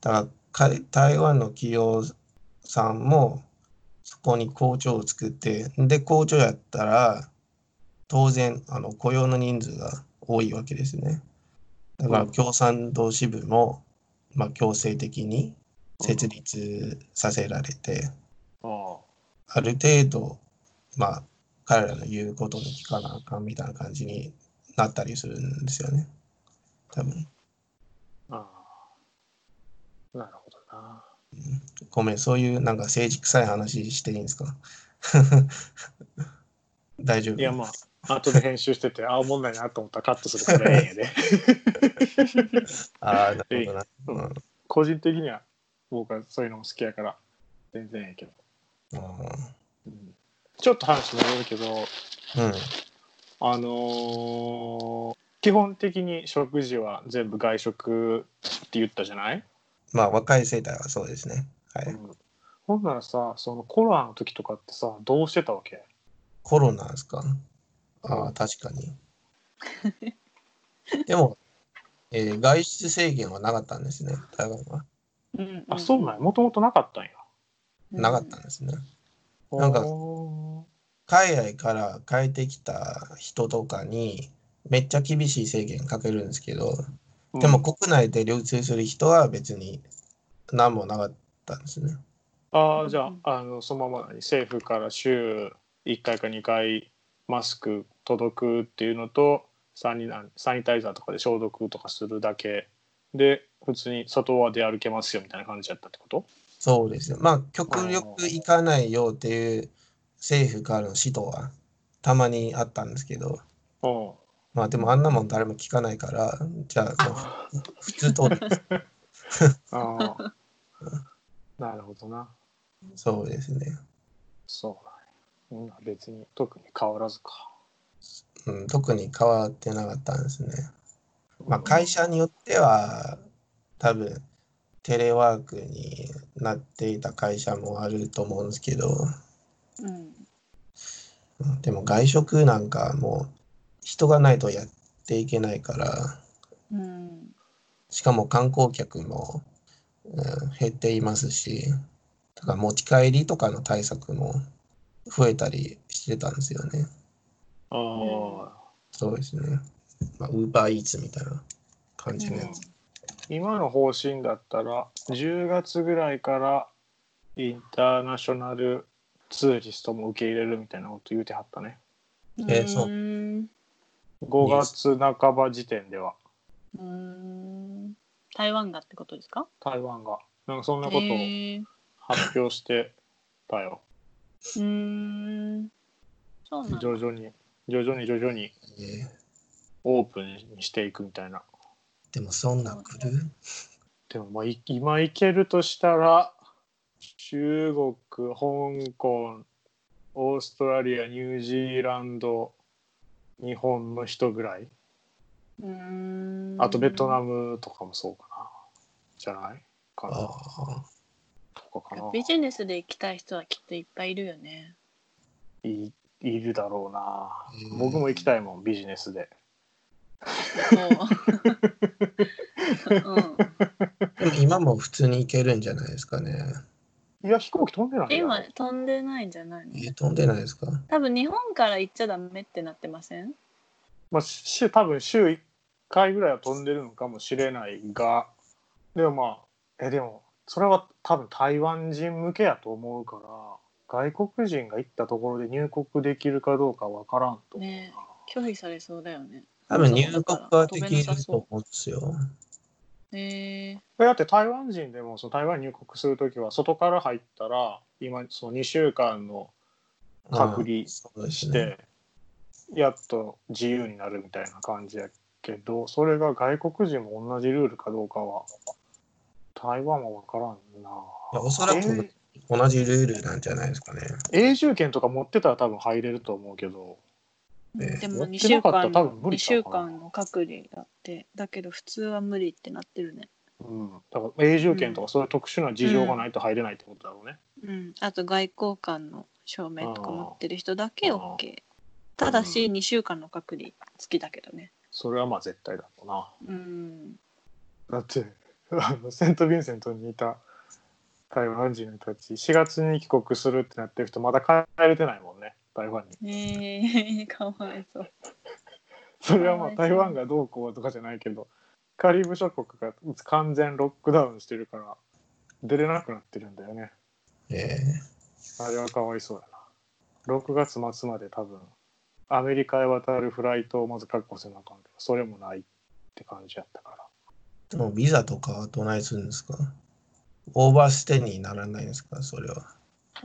S3: だからか台湾の企業さんもそこに工場を作って、で、工場やったら当然あの雇用の人数が多いわけですね。だから
S1: うん
S3: 共産党支部も、まあ、強制的に設立させられて、
S1: なんや。ああ。
S3: ある程度、まあ、彼らの言うことに聞かなあかんみたいな感じになったりするんですよね。多分。
S1: ああなるほどな。
S3: ごめん、そういうなんか政治臭い話していいんですか 大丈夫
S1: いや、まあ、後で編集してて、ああ、おもんないなと思ったらカットするからええんやで。
S3: ああ、なるほどな。
S1: うん
S3: うん
S1: 個人的には、僕はそういうのも好きやから、全然ええけど。うんちょっと話戻るけど、
S3: うん。
S1: あのー基本的に食事は全部外食って言ったじゃない、
S3: まあ、若い世代はそうですね。はい。
S1: うんほんならさそのコロナの時とかってさどうしてたわけ
S3: コロナですかああ、確かに。 でも、えー外出制限はなかったんですね、台湾は。
S2: うん
S1: あそうなんやもともとなかったんや
S3: なかったんですね。
S1: うん
S3: なんか
S1: お
S3: 海外から帰ってきた人とかに、めっちゃ厳しい制限かけるんですけど、
S1: ー
S3: でも
S1: うん
S3: 国内で流通する人は別に何もなかったんですね。
S1: ああじゃああのそのまま何政府から週1回か2回マスク届くっていうのとサニナサニタイザーとかで消毒とかするだけで普通に外は出歩けますよみたいな感じだったってこと
S3: そうですね。まあ、極力行かないよっていう政府からの指導はたまにあったんですけど、
S1: うん
S3: まあでもあんなもん誰も聞かないから、じゃあもう
S1: あ
S3: 普通と
S1: あなるほどな
S3: そうですね、
S1: そうなんやうん別に特に変わらずか
S3: うん。特に変わってなかったんですね。まあ会社によっては多分テレワークになっていた会社もあると思うんですけど、
S2: うん
S3: うんでも外食なんかもう人がないとやっていけないから、
S2: うん
S3: しかも観光客も、うん減っていますし、だから持ち帰りとかの対策も増えたりしてたんですよね。
S1: ああ、
S2: うん
S3: そうですね。まあ、ウーバーイーツみたいな感じのやつ。
S1: 今の方針だったら10月ぐらいからインターナショナルツーリストも受け入れるみたいなこと言うてはったね
S3: えーそう
S2: うん
S1: 5月半ば時点では
S2: うん台湾がってことですか
S1: 台湾がなんかそんなことを
S2: えー
S1: 発表してたよ、
S2: うんそうなんだ
S1: 徐々に徐々に徐々に
S3: えー
S1: オープンにしていくみたいな
S3: でもそんなん来る
S1: でもまあい今行けるとしたら中国香港オーストラリアニュージーランド日本の人ぐらい
S2: うん
S1: あとベトナムとかもそうかなじゃないか
S3: あ
S1: な
S3: あ。
S1: とかかな
S2: ビジネスで行きたい人はきっといっぱいいるよね。
S1: いいるだろうな
S3: うん
S1: 僕も行きたいもんビジネスで
S2: そう
S3: でも今も普通に行けるんじゃないですかね。
S1: いや飛行機飛んでない
S2: うん、
S1: よ
S2: 今飛んでないんじゃないの
S3: えー飛んでないですか
S2: 多分日本から行っちゃダメってなってません
S1: まあ、し多分週1回ぐらいは飛んでるのかもしれないがでもまあえでもそれは多分台湾人向けやと思うから外国人が行ったところで入国できるかどうかわからんと思うな、
S2: ね拒否されそうだよね。
S3: 多分入国はできると思うんですよ。
S2: え
S1: えだって台湾人でもその台湾に入国するときは外から入ったら今その2週間の隔離
S3: うんそうです
S1: し
S3: ね。
S1: てやっと自由になるみたいな感じやけどそれが外国人も同じルールかどうかは台湾は分からんな
S3: まあおそらく同じルールなんじゃないですかね。
S1: 永住権とか持ってたら多分入れると思うけど
S3: え
S2: ー、
S3: ー
S2: で
S1: 持
S2: も
S1: って
S2: 2週
S1: なかったら
S2: 間
S1: 多分無
S2: 2
S1: 理ちゃ
S2: 週
S1: うかな
S2: 間の隔離だってだけど普通は無理ってなってるね。
S1: うん、だから永住権とかそういう特殊な事情がないと入れないってことだろうね。
S2: うん、あと外交官の証明とか持ってる人だけ
S1: あー
S2: OK。ただし2週間の隔離付きだけどね。
S1: それはまあ絶対だろうな。
S2: うん。
S1: だってあの セント・ヴィンセントにいた台湾人たち4月に帰国するってなってる人まだ帰れてないもんね台湾に。
S2: えー、 かわいそう。
S1: それはまあ
S2: かわい
S1: 台
S2: そう
S1: 湾がどうこうとかじゃないけどカリブ諸国が完全ロックダウンしてるから出れなくなってるんだよね
S3: え
S1: あれはかわいそうやな6月末まで多分アメリカへ渡るフライトをまず確保せなあかんけどそれもないって感じやったから
S3: ーでもビザとかはどないするんですかオーバーステイにならないんですかそれは。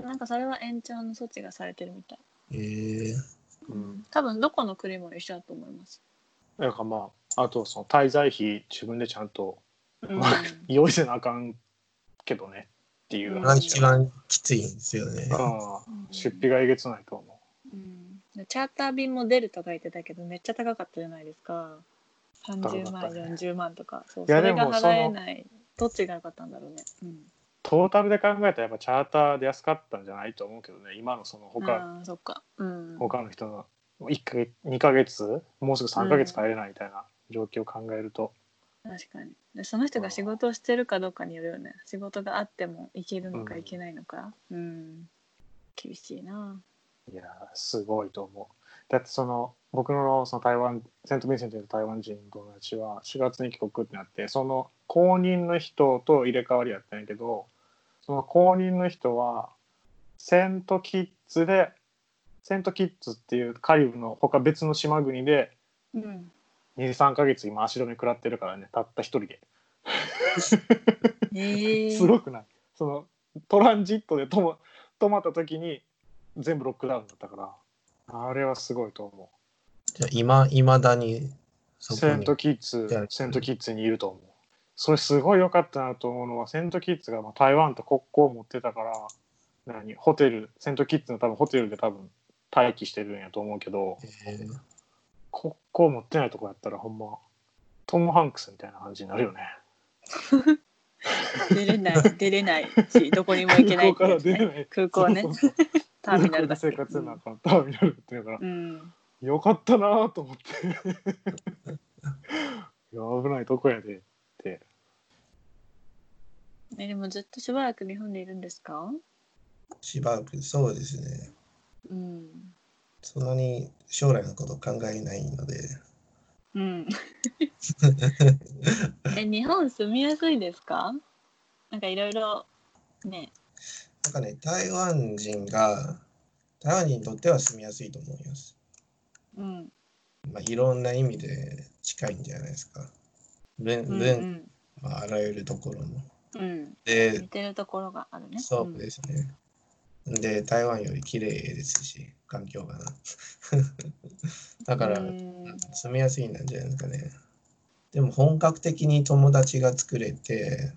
S2: なんかそれは延長の措置がされてるみたい。
S3: えー、
S1: うん
S2: 多分どこの国も一緒だと思います。
S1: だからまああとその滞在費自分でちゃんと
S2: うん
S1: まあ用意せなあかんけどねっていう
S3: これが
S1: 話
S3: 一番きついんですよね。
S1: ああ出費がえげつないと思
S2: うんチャーター便も出るとか言ってたけどめっちゃ高かったじゃないですか30
S1: 高か
S2: 万、
S1: ったね
S2: 40万とかそう
S1: いや
S2: それ
S1: で
S2: が
S1: もその
S2: 払えないどっちが良かったんだろうね、うん、
S1: トータルで考えたらやっぱチャーターで安かったんじゃないと思うけどね今のその他、
S2: あーそっか。うん。
S1: 他の人の1か月2ヶ月もうすぐ3ヶ月帰れないみたいな状況を考えると、
S2: 確かにでその人が仕事をしてるかどうかによるよね仕事があっても行けるのか
S1: うん
S2: 行けないのかうん、厳しいない
S1: やーすごいと思うだってその僕のその台湾セント・ヴィンセントの台湾人の友達は4月に帰国ってなってその後任の人と入れ替わりやったんやけどその後任の人はセント・キッズでセント・キッズっていうカリブの他別の島国で
S2: うん
S1: 23ヶ月今足止め食らってるからねたった一人で。
S2: ええ
S1: すごくないそのトランジットでとも止まった時に全部ロックダウンだったからあれはすごいと思
S3: じゃあ今、いまだに
S1: う
S3: そこ
S1: セン
S3: に
S1: ト。キッズ
S3: じゃあ
S1: セントキッズにいると思うそれすごい良かったなと思うのはセントキッズがまあ台湾と国交を持ってたから何ホテルセントキッズの多分ホテルで多分待機してるんやと思うけど
S3: えー
S1: 国交持ってないとこやったらほんまトム・ハンクスみたいな感じになるよね
S2: 出れない出れないしどこにも行けな い
S1: 空港から
S2: ってやつ
S1: 出
S2: ね
S1: れない
S2: 空港ね
S1: そうそうそう
S2: ターミナルだっけ
S1: 空港で生活の中のターミナルっていうから
S2: うん
S1: よかったなぁと思って。 いや危ないとこやでって。
S2: えでもずっとしばらく日本にいるんですか
S3: しばらく、そうですね。
S2: うん
S3: そんなに将来のこと考えないので。
S2: うん え日本住みやすいですかなんかいろいろね
S3: なんかね、台湾人が、台湾人にとっては住みやすいと思います。
S2: うん
S3: まあ、いろんな意味で近いんじゃないですか。文、
S2: うんう
S3: 文、
S2: ん
S3: まあ、あらゆるところの。
S2: うん
S3: で
S2: 似、てるところがあるね
S3: そうですね。で、台湾より綺麗ですし、環境がな。 だから、
S2: う
S3: うんん住みやすいなんじゃないですかね。でも、本格的に友達が作れて、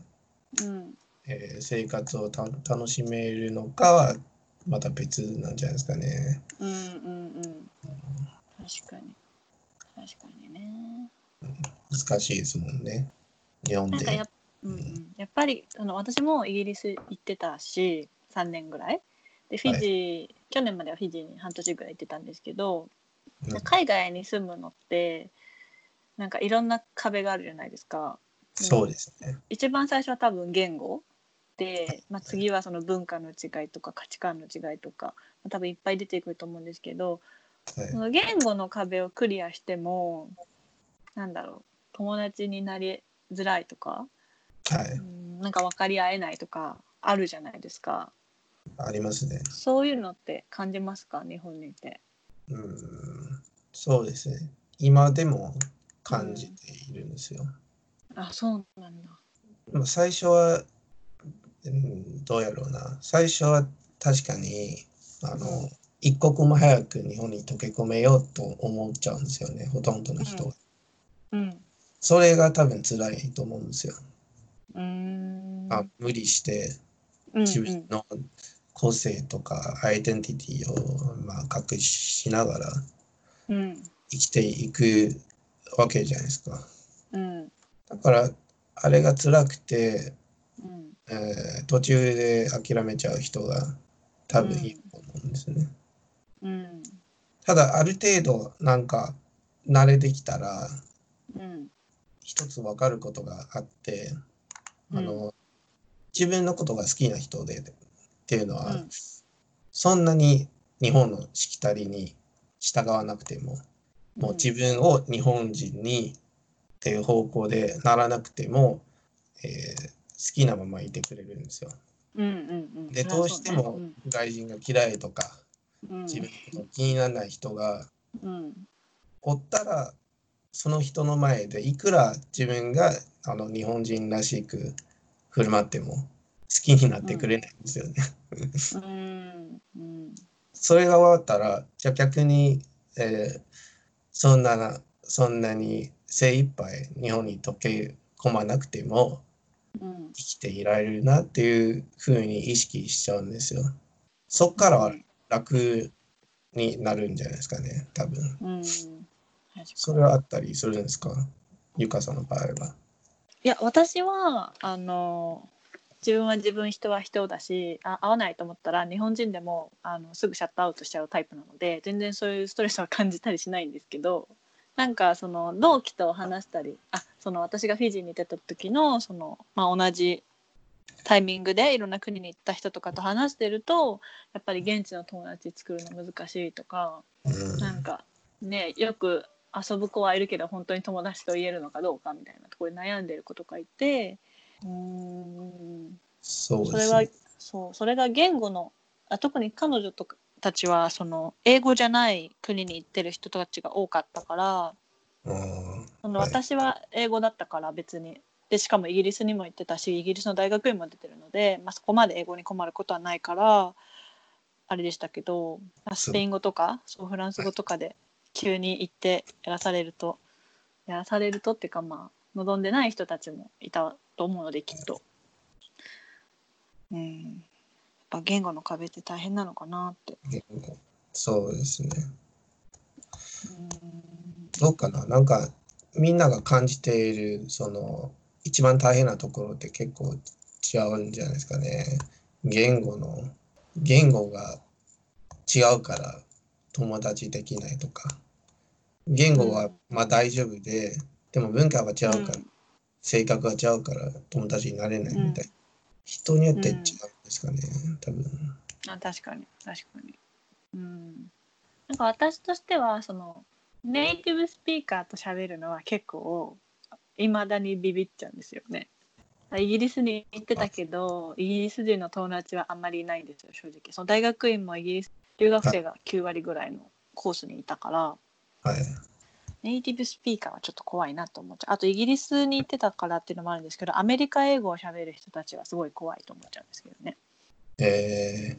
S2: うん
S3: えー生活をた楽しめるのかは、また別なんじゃないですかね。
S2: うんうんうん確かに確かにね
S3: 難しいですもんね。日本
S2: なんかやっ,、
S3: で
S2: うんうん、やっぱりあの私もイギリス行ってたし3年ぐらいでフィジー、去年まではフィジーに半年ぐらい行ってたんですけど、
S3: うん
S2: 海外に住むのってなんかいろんな壁があるじゃないですか
S3: そうですね。
S2: 一番最初は多分言語で、まあ、次はその文化の違いとか価値観の違いとか多分いっぱい出てくると思うんですけど
S3: はい
S2: その言語の壁をクリアしてもなんだろう友達になりづらいとか、
S3: は
S2: う
S3: い、
S2: ん、なんか分かり合えないとかあるじゃないですか
S3: ありますね。
S2: そういうのって感じますか日本にいて。
S3: うん、そうですね。今でも感じているんですよ。
S2: あそうなんだ。
S3: まあ、最初は、うん、どうやろうな。最初は確かに、あの、
S2: うん
S3: 一刻も早く日本に溶け込めようと思っちゃうんですよね、ほとんどの人は。
S2: うん。
S3: それが多分辛いと思うんですよ。
S2: うーん。
S3: あ無理して
S2: うん
S3: 自分の個性とかアイデンティティをまあ隠しながら
S2: うんうん
S3: 生きていくわけじゃないですか。
S2: うん
S3: だからあれが辛くて、
S2: うん
S3: えー途中で諦めちゃう人が多分いると思うんですね。
S2: うん
S3: ただある程度なんか慣れてきたら
S2: うん
S3: 一つ分かることがあってあの、
S2: う
S3: 自分のことが好きな人でっていうのは、
S2: うん
S3: そんなに日本のしきたりに従わなくても、もう自分を日本人にっていう方向でならなくても、えー好きなままいてくれるんですよ。
S2: うんうんうん
S3: で、どうしても外人が嫌いとか、自
S2: 自
S3: 分のこと気にならない人が
S2: うん
S3: おったら、その人の前でいくら自分があの日本人らしく振る舞っても好きになってくれないんですよね。
S2: うんうん
S3: それが終わったら、じゃあ逆に、えーそんなな、そんなに精一杯日本に溶け込まなくても
S2: うん
S3: 生きていられるなっていうふうに意識しちゃうんですよ。そっからは楽になるんじゃないですかね、多分。
S2: うん確か
S3: そ
S2: に
S3: れはあったりするんですかゆかさんの場合は。
S2: いや私はあの自分は自分人は人だしあ合わないと思ったら日本人でもあのすぐシャットアウトしちゃうタイプなので全然そういうストレスは感じたりしないんですけどなんかその同期と話したりあその私がフィジーに出た時のその、まあ、同じタイミングでいろんな国に行った人とかと話してるとやっぱり現地の友達作るの難しいとか
S3: うん
S2: なんかねよく遊ぶ子はいるけど本当に友達と言えるのかどうかみたいなところで悩んでる子とかいてうーん
S3: そう
S2: そ
S3: で
S2: れ
S3: す
S2: は
S3: ね。
S2: そうそれが言語のあ特に彼女とかたちはその英語じゃない国に行ってる人たちが多かったから
S3: うん
S2: その
S3: はい
S2: 私は英語だったから別にでしかもイギリスにも行ってたしイギリスの大学院も出てるので、まあ、そこまで英語に困ることはないからあれでしたけど、まあ
S3: そう
S2: スペイン語とかそうフランス語とかで急に行ってやらされるとやらされるとっていうかまあ望んでない人たちもいたと思うのできっと。うんやっぱ言語の壁って大変なのかなって。
S3: そうですね。
S2: うん
S3: どうかななんかみんなが感じているその一番大変なところって結構違うんじゃないですかね。言語の言語が違うから友達できないとか言語はまあ大丈夫ででも文化が違うか
S2: う
S3: ら、
S2: ん
S3: 性格が違うから友達になれないみたいな、
S2: う
S3: 人によって違う
S2: うんん
S3: ですかね多分。
S2: あ確かに確かにうんなんか私としてはそのネイティブスピーカーと喋るのは結構いまだにビビっちゃうんですよねイギリスに行ってたけどイギリス人の友達はあんまりいないんですよ正直その大学院もイギリス留学生が9割ぐらいのコースにいたから
S3: はい、
S2: ネイティブスピーカーはちょっと怖いなと思っちゃうあとイギリスに行ってたからっていうのもあるんですけどアメリカ英語を喋る人たちはすごい怖いと思っちゃうんですけどね
S3: え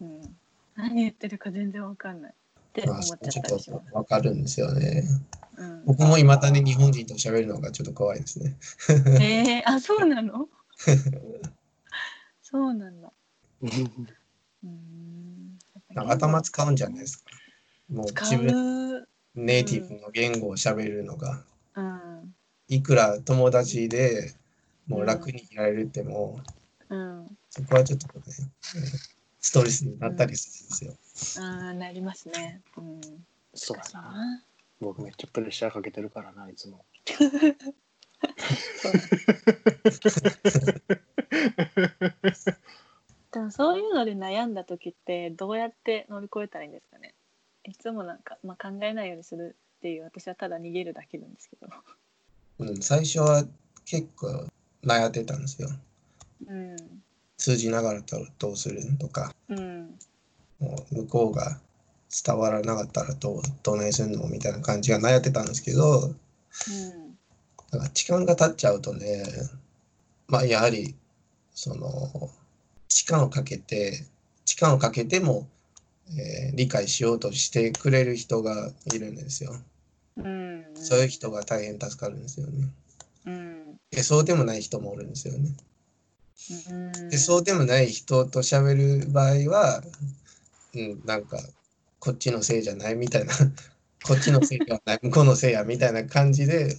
S2: うん、何言ってるか全然わかんないって
S3: ー、ま
S2: 思っちゃ
S3: あそ
S2: っ
S3: うち
S2: たりし
S3: ょ
S2: ま
S3: っとわかるんですよね。
S2: す。うん、
S3: 僕もいまだに日本人と喋るのがちょっと怖いですね。
S2: えー、あそうなの そうなんだ。うーん
S3: なんか頭使うんじゃないですか。もう
S2: 使
S3: 自
S2: う
S3: 分ネイティブの言語を喋るのが、
S2: うん
S3: いくら友達でもう楽にいられるっても、
S2: うん
S3: そこはちょっとね、えーストレスになったりするんですよ。
S2: あーなりますね。うん
S1: そう
S2: 難しい
S1: だな。
S2: な
S1: 僕めっちゃプレッシャーかけてるからな、いつも。
S2: そうだねでもそういうので悩んだ時ってどうやって乗り越えたらいいんですかねいつもなんか、まあ、考えないようにするっていう私はただ逃げるだけなんですけど。
S3: うん、最初は結構悩んでたんですよ。
S2: うん
S3: 通じながらだとどうするとか、
S2: うん
S3: もう向こうが伝わらなかったらどうどないするのみたいな感じが悩んでたんですけど、
S2: うん
S3: だから時間が経っちゃうとね、まあ、やはりその時間をかけて時間をかけても、えー理解しようとしてくれる人がいるんですよ。
S2: うんうん
S3: そういう人が大変助かるんですよね。
S2: うん
S3: でそうでもない人もおるんですよね。
S2: うん
S3: でそうでもない人と喋る場合は、うん、なんかこっちのせいじゃないみたいな こっちのせいではない向こうのせいやみたいな感じで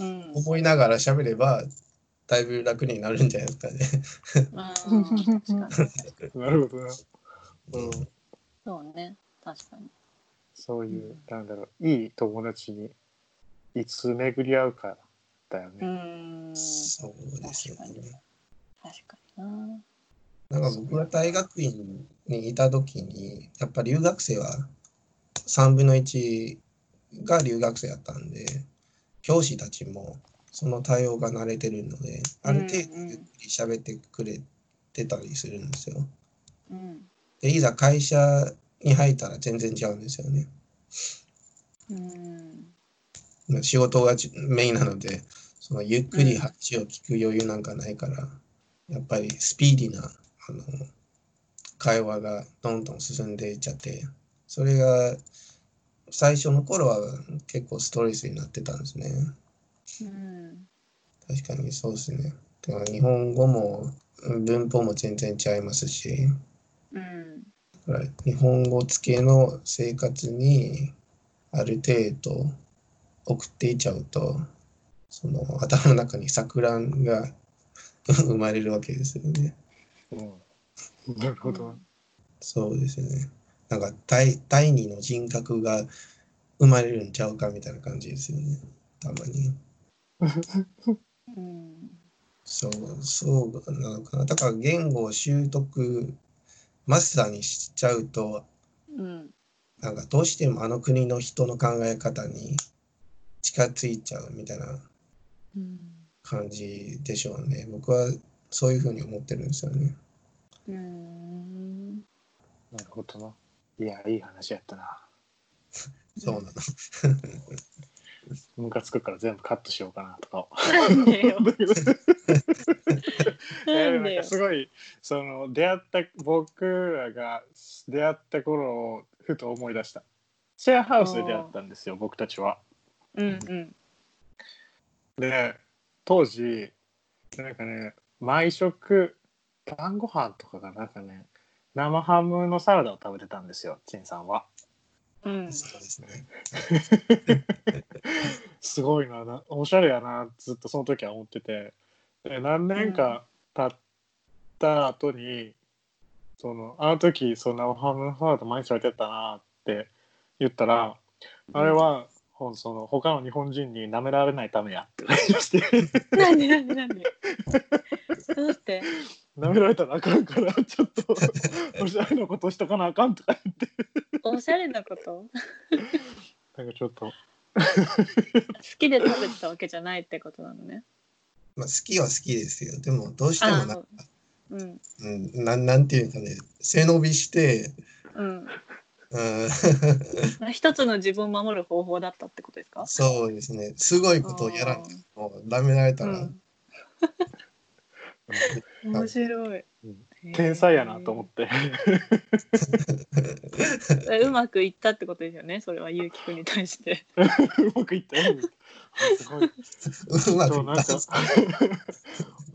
S2: うん
S3: 思いながら喋ればだいぶ楽になるんじゃないですかね。
S2: あー確かに
S1: なるほどな。うん。
S2: そうね確かに
S1: そういう、なんだろう、いい友達にいつ巡り合うかだよ
S2: う
S1: ね。
S2: ん
S3: そうですよね。
S2: 確かにな
S3: なんか僕が大学院にいた時にやっぱり留学生は3分の1が留学生だったんで教師たちもその対応が慣れてるのである程度ゆっくり喋ってくれてたりするんですよ。
S2: うん
S3: でいざ会社に入ったら全然違うんですよね。
S2: うん
S3: 仕事がじメインなのでそのゆっくり話を聞く余裕なんかないから、やっぱりスピーディーなあの会話がどんどん進んでいっちゃってそれが最初の頃は結構ストレスになってたんですね
S2: うん
S3: 確かにそうですねだから日本語もうん文法も全然違いますし
S2: うん
S3: だから日本語付けの生活にある程度送っていっちゃうとその頭の中に錯乱が 生まれるわけですよね。
S1: うん、なるほど。
S3: そうですね。なんか第第二の人格が生まれるんちゃうかみたいな感じですよね。たまに。
S2: うん
S3: そう、そうなのかな。だから言語を習得、マスターにしちゃうと、
S2: うん
S3: なんかどうしてもあの国の人の考え方に近づいちゃうみたいな
S2: うん
S3: 感じでしょうね。僕はそういうふうに思ってるんですよね。
S2: うん
S1: なるほどな。いや、いい話やったな。
S3: そうなの。
S1: ムカつくから全部カットしようかなとか。
S2: なんでよ
S1: え
S2: な
S1: ー
S2: ん
S1: な
S2: で
S1: ん
S2: よ
S1: かすごいその出会った僕らが出会った頃をふと思い出したシェアハウスで出会ったんですよ僕たちは
S2: うんうん
S1: で当時なんかね毎食晩ご飯とかがなんかね生ハムのサラダを食べてたんですよ陳さんは
S2: うん
S3: そうですね。
S1: すごいななおしゃれやなずっとその時は思っててで何年か経った後に、そのあの時そんなハムハート毎日されてたなって言ったら、あれはほんその他の日本人に舐められないためやって言い出して
S2: なんでなんでなんでどうして
S1: 舐められたらあかんからちょっとおしゃれなことしとかなあかんとか言って
S2: おしゃれなこと
S1: なんかちょっと
S2: 好きで食べてたわけじゃないってことなのね
S3: まあ、好きは好きですよ。でも、どうしても
S2: あ
S3: な、
S2: うん
S3: うん、なんなんていうかね、背伸びして、
S2: うん
S3: うん、
S2: まあ一つの自分を守る方法だったってことですか
S3: そうですね。すごいことをやらんと、もうダメられたら、
S2: うん面白い
S1: うん天才やなと思って、
S2: てうまくいったってことですよねそれはゆうきくんに対して
S1: うまくいったよあすごいう
S3: まくい
S1: そう
S3: っ
S1: なん
S3: た
S1: か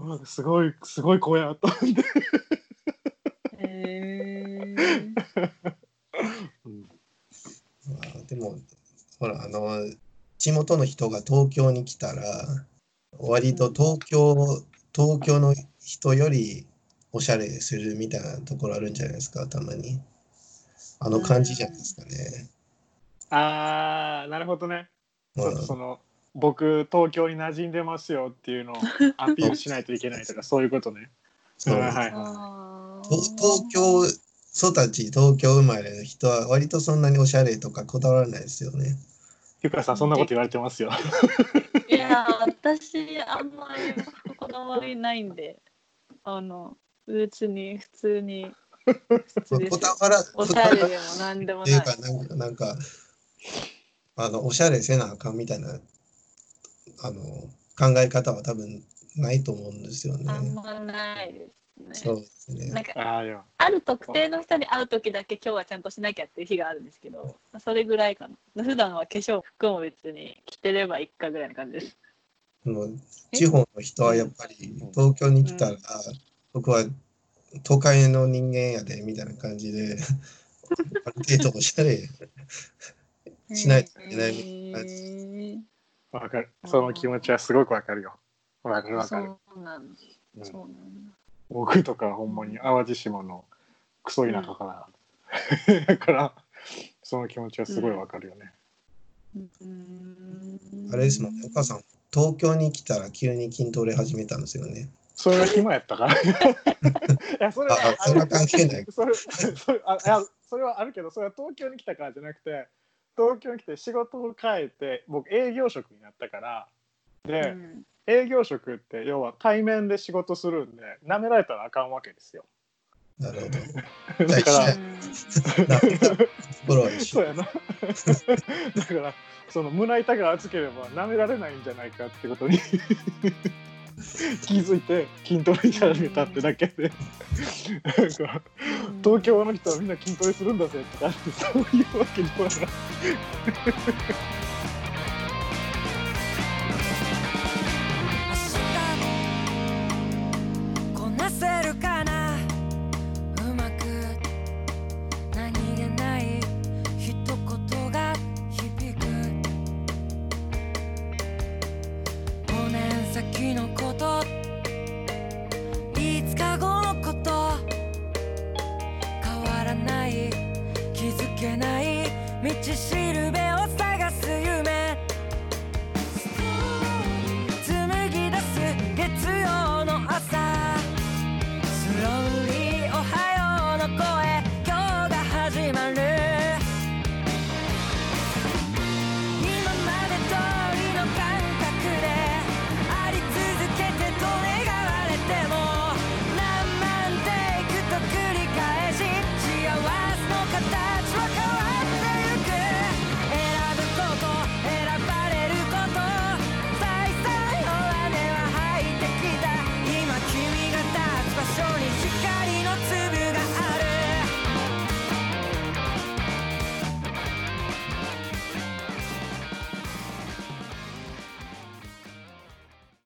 S1: なんかすごいすごい子やと思って、
S2: へ
S3: まあでもほらあの地元の人が東京に来たら割と東京、東京の人よりおしゃれするみたいなところあるんじゃないですかたまにあの感じじゃないですかね、
S1: あーなるほどねち
S3: う
S1: ょっ
S3: ん
S1: とその僕東京に馴染んでますよって いうのをアピールしないといけないとかそういうことね
S3: そう
S1: はいはいは
S2: あー
S3: 東東京育ち東京生まれの人は割とそんなにおしゃれとかこだわらないですよね
S1: いゆかさんそんなこと言われてますよ
S2: いや私あんまりこだわりないんであの別に普通に普通 で
S3: こ
S2: す
S3: だ
S2: よ
S3: わら
S2: お
S3: こ
S2: し
S3: だ
S2: ゃ
S3: わ
S2: れ
S3: ら
S2: でもなんでも
S3: ってい
S2: な
S3: う
S2: い
S3: かなんかなんかあのおしゃれせなあかんみたいなあの考え方は多分ないと思うんですよね。
S2: あんまないです
S3: そう
S2: ね
S3: ですね。
S2: なんか
S1: ああいや
S2: ある特定の人に会う時だけ今日はちゃんとしなきゃっていう日があるんですけどそれぐらいかな普段は化粧服も別に着てればいいかぐらいの感じです
S3: もう地方の人はやっぱり東京に来たら、
S2: うん
S3: 僕は都会の人間やでみたいな感じ である程度おしゃれしないといけないみたいな感じ
S2: へ
S1: わかるその気持ちはすごくわかるよわかる
S2: ー
S1: わ
S2: そ
S1: かる、
S2: うなんだ
S1: うん
S2: そうなんだ
S1: 僕とかほんまに淡路島のクソ田舎から、だからその気持ちはすごいわかるよね、
S2: うん
S3: あれですもんねお母さん東京に来たら急に筋トレ始めたんですよね。
S1: それは暇やった からいやそれは
S3: あそれは関係ない。
S1: それそれあいやそれはあるけどそれは東京に来たからじゃなくて東京に来て仕事を変えて僕営業職になったからで、
S2: うん
S1: 営業職って要は対面で仕事するんでなめられたらあかんわけですよ
S3: なるほど。
S1: だから
S3: じゃあ一緒やな心は一緒
S1: そうやな だからその胸板が厚ければなめられないんじゃないかってことに気づいて筋トレし始めたってだけでなんか東京の人はみんな筋トレするんだぜとかそういうわけでもない。